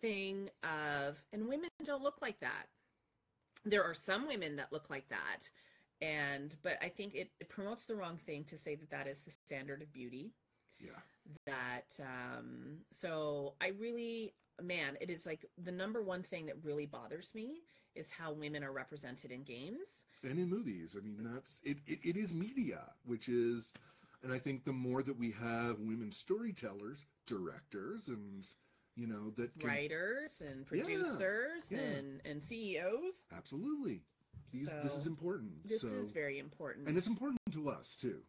Speaker 1: thing of and women don't look like that. There are some women that look like that, and but I think it, it promotes the wrong thing to say that that is the standard of beauty
Speaker 2: Yeah,
Speaker 1: that um so i really man it is like the number one thing that really bothers me is how women are represented in games
Speaker 2: and in movies, I mean that's it, it. It is media, which is, and I think the more that we have women storytellers, directors, and you know that can,
Speaker 1: writers and producers
Speaker 2: yeah.
Speaker 1: and and ceos
Speaker 2: absolutely. These, this
Speaker 1: So,
Speaker 2: is important.
Speaker 1: this
Speaker 2: so,
Speaker 1: is very important
Speaker 2: and it's important to us too.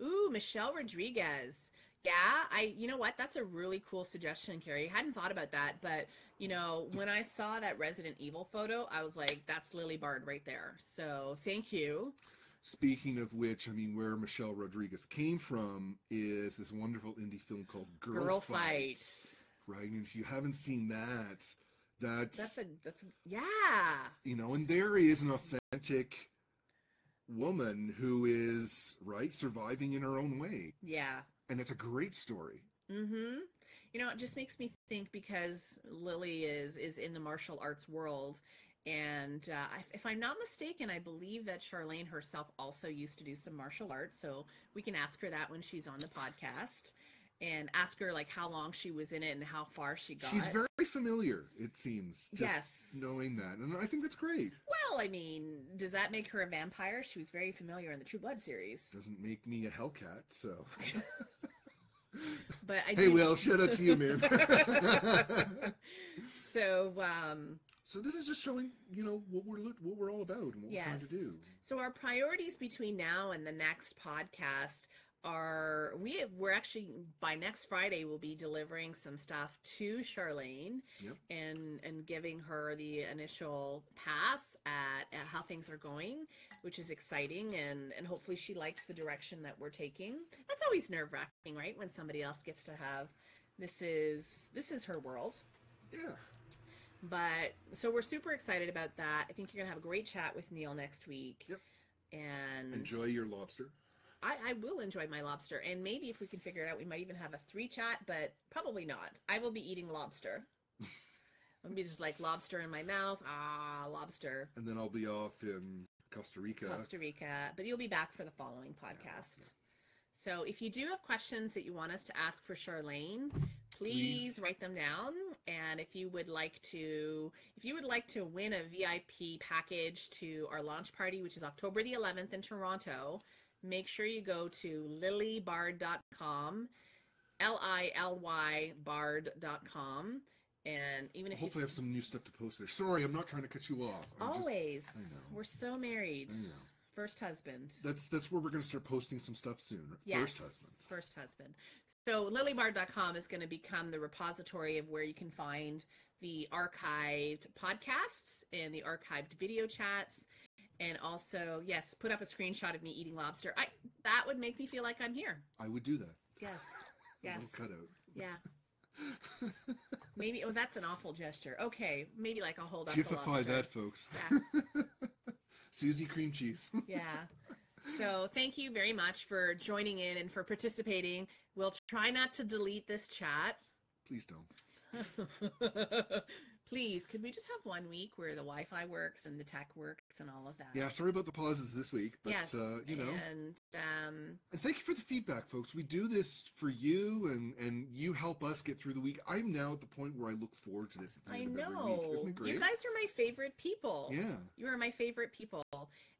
Speaker 1: ooh michelle rodriguez yeah i you know what that's a really cool suggestion carrie I hadn't thought about that but you know when i saw that resident evil photo i was like that's lily bard right there so thank you
Speaker 2: Speaking of which, I mean, where Michelle Rodriguez came from is this wonderful indie film called Girl,
Speaker 1: girl,
Speaker 2: Fight.
Speaker 1: fight.
Speaker 2: right? And if you haven't seen that, that's,
Speaker 1: That's a that's a, yeah.
Speaker 2: you know, and there is an authentic woman who is right surviving in her own way,
Speaker 1: Yeah.
Speaker 2: and it's a great story.
Speaker 1: Mhm. You know, it just makes me think because Lily is is in the martial arts world and uh, I- if I'm not mistaken, I believe that Charlene herself also used to do some martial arts, so we can ask her that when she's on the podcast and ask her like how long she was in it and how far she got.
Speaker 2: She's very familiar, it seems. Just
Speaker 1: Yes.
Speaker 2: Knowing that, and I think that's great.
Speaker 1: Well, I mean, does that make her a vampire? She was very familiar in the True Blood series.
Speaker 2: Doesn't make me a Hellcat, so.
Speaker 1: But I
Speaker 2: hey,
Speaker 1: do-
Speaker 2: Will, shout out to you, man.
Speaker 1: So um
Speaker 2: So this is just showing, you know, what we're look- what we're all about and what we're trying to
Speaker 1: Yes.
Speaker 2: do.
Speaker 1: So our priorities between now and the next podcast are we we're actually by next Friday we'll be delivering some stuff to Charlene
Speaker 2: Yep.
Speaker 1: and and giving her the initial pass at, at how things are going, which is exciting and and hopefully she likes the direction that we're taking. That's always nerve wracking, right? When somebody else gets to have This is this is her world.
Speaker 2: Yeah.
Speaker 1: But so we're super excited about that. I think you're gonna have a great chat with Neil next week.
Speaker 2: Yep.
Speaker 1: And
Speaker 2: Enjoy your lobster.
Speaker 1: I, I will enjoy my lobster, and maybe if we can figure it out, we might even have a three chat, but probably not. I will be eating lobster. I'll be just like lobster in my mouth. Ah, lobster.
Speaker 2: And then I'll be off in Costa Rica.
Speaker 1: Costa Rica, but you'll be back for the following podcast.
Speaker 2: yeah.
Speaker 1: So if you do have questions that you want us to ask for Charlene, please,
Speaker 2: Please.
Speaker 1: write them down. And if you would like to, if you would like to win a VIP package to our launch party, which is October the 11th in Toronto, make sure you go to lilybard.com, L-I-L-Y bard.com. And even if
Speaker 2: Hopefully, I
Speaker 1: you
Speaker 2: have some new stuff to post there. Sorry, I'm not trying to cut you off. I'm just-
Speaker 1: always,
Speaker 2: I know.
Speaker 1: we're so married.
Speaker 2: I know.
Speaker 1: First husband.
Speaker 2: That's that's where we're going to start posting some stuff soon. First husband.
Speaker 1: First husband. So lilybard.com is going to become the repository of where you can find the archived podcasts and the archived video chats. And also, yes, put up a screenshot of me eating lobster. I that would make me feel like I'm here.
Speaker 2: I would do that.
Speaker 1: Yes.
Speaker 2: A
Speaker 1: Yes.
Speaker 2: little cutout.
Speaker 1: Yeah. Maybe oh that's an awful gesture. Okay. Maybe like I'll hold up the
Speaker 2: Gifify
Speaker 1: lobster.
Speaker 2: that, folks. Susie cream cheese.
Speaker 1: Yeah. So thank you very much for joining in and for participating. We'll try not to delete this chat.
Speaker 2: Please don't.
Speaker 1: Please, could we just have one week where the Wi-Fi works and the tech works and all of that?
Speaker 2: Yeah, sorry about the pauses this week, but
Speaker 1: yes.
Speaker 2: uh, you know.
Speaker 1: And um,
Speaker 2: And thank you for the feedback, folks. We do this for you, and and you help us get through the week. I'm now at the point where I look forward to this. At the
Speaker 1: I
Speaker 2: end of every week.
Speaker 1: know
Speaker 2: Isn't it great?
Speaker 1: you guys are my favorite people.
Speaker 2: yeah.
Speaker 1: You are my favorite people,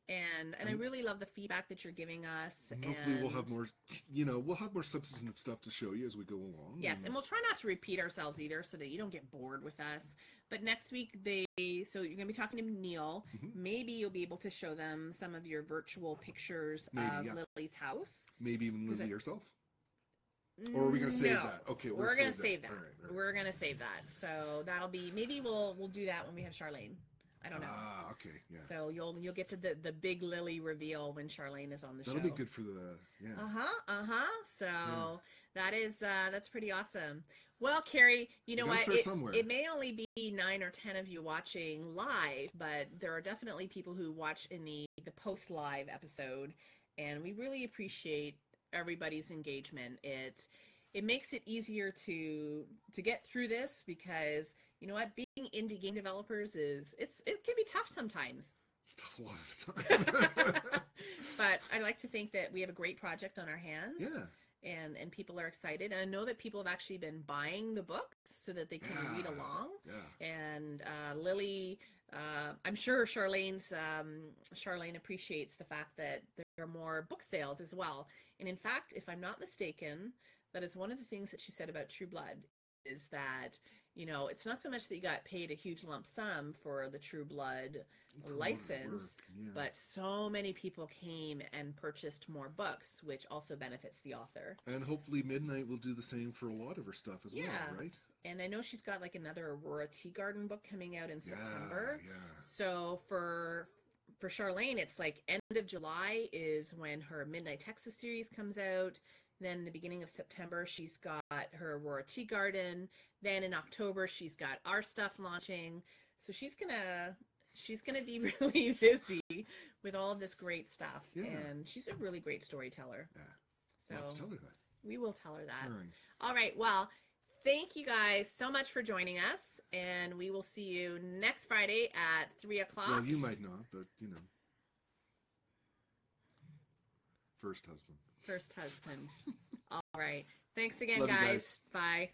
Speaker 1: and and I
Speaker 2: And-
Speaker 1: really love the feedback that you're giving us.
Speaker 2: And hopefully, we'll have
Speaker 1: and-
Speaker 2: more. You know, we'll have more substantive stuff to show you as we go along.
Speaker 1: Yes, and we'll try not to repeat ourselves either, so that you don't get bored with us. But next week, they so you're gonna be talking to Neil.
Speaker 2: Mhm.
Speaker 1: Maybe you'll be able to show them some of your virtual pictures
Speaker 2: Maybe,
Speaker 1: of
Speaker 2: yeah.
Speaker 1: Lily's house.
Speaker 2: Maybe even
Speaker 1: 'Cause
Speaker 2: Lizzie
Speaker 1: I-
Speaker 2: herself. Or are we going to save that? Okay,
Speaker 1: We're, gonna save that.
Speaker 2: All right, all right.
Speaker 1: We're gonna save that. So that'll be maybe we'll we'll do that when we have Charlene. I don't know.
Speaker 2: Ah, okay, yeah.
Speaker 1: So you'll you'll get to the the big Lily reveal when Charlene is on the
Speaker 2: That'll
Speaker 1: show.
Speaker 2: be good for the yeah.
Speaker 1: Uh huh. Uh huh. So that is uh that's pretty awesome. Well, Carrie, you know
Speaker 2: gotta
Speaker 1: what?
Speaker 2: start
Speaker 1: It,
Speaker 2: somewhere.
Speaker 1: it may only be nine or ten of you watching live, but there are definitely people who watch in the the post live episode, and we really appreciate everybody's engagement. It it makes it easier to to get through this because you know what being indie game developers is it's it can be tough sometimes
Speaker 2: a lot of the time.
Speaker 1: but i like to think that we have a great project on our hands
Speaker 2: yeah,
Speaker 1: and and people are excited and i know that people have actually been buying the books so that they can read
Speaker 2: Yeah.
Speaker 1: along
Speaker 2: yeah.
Speaker 1: and uh, lily uh, i'm sure charlene's um, charlene appreciates the fact that there are more book sales as well and in fact if i'm not mistaken that is one of the things that she said about true blood is that you know it's not so much that you got paid a huge lump sum for the true blood
Speaker 2: Promoted
Speaker 1: license,
Speaker 2: work, yeah.
Speaker 1: but so many people came and purchased more books which also benefits the author
Speaker 2: and hopefully midnight will do the same for a lot of her stuff as
Speaker 1: Yeah.
Speaker 2: well, right?
Speaker 1: and I know she's got like another Aurora Tea Garden book coming out in September.
Speaker 2: Yeah, yeah.
Speaker 1: So for for Charlene, it's like end of July is when her Midnight Texas series comes out. Then the beginning of September, she's got her Aurora Tea Garden. Then in October, she's got our stuff launching. So she's gonna she's gonna be really busy with all of this great stuff.
Speaker 2: Yeah.
Speaker 1: And she's a really great storyteller.
Speaker 2: Yeah.
Speaker 1: So
Speaker 2: We'll have to tell her that.
Speaker 1: we will tell her that.
Speaker 2: All right.
Speaker 1: All right. Well, thank you guys so much for joining us, and we will see you next Friday at three o'clock.
Speaker 2: Well, you might not, but you know. First husband.
Speaker 1: First husband. All right. Thanks again,
Speaker 2: Love you
Speaker 1: guys.
Speaker 2: guys.
Speaker 1: Bye.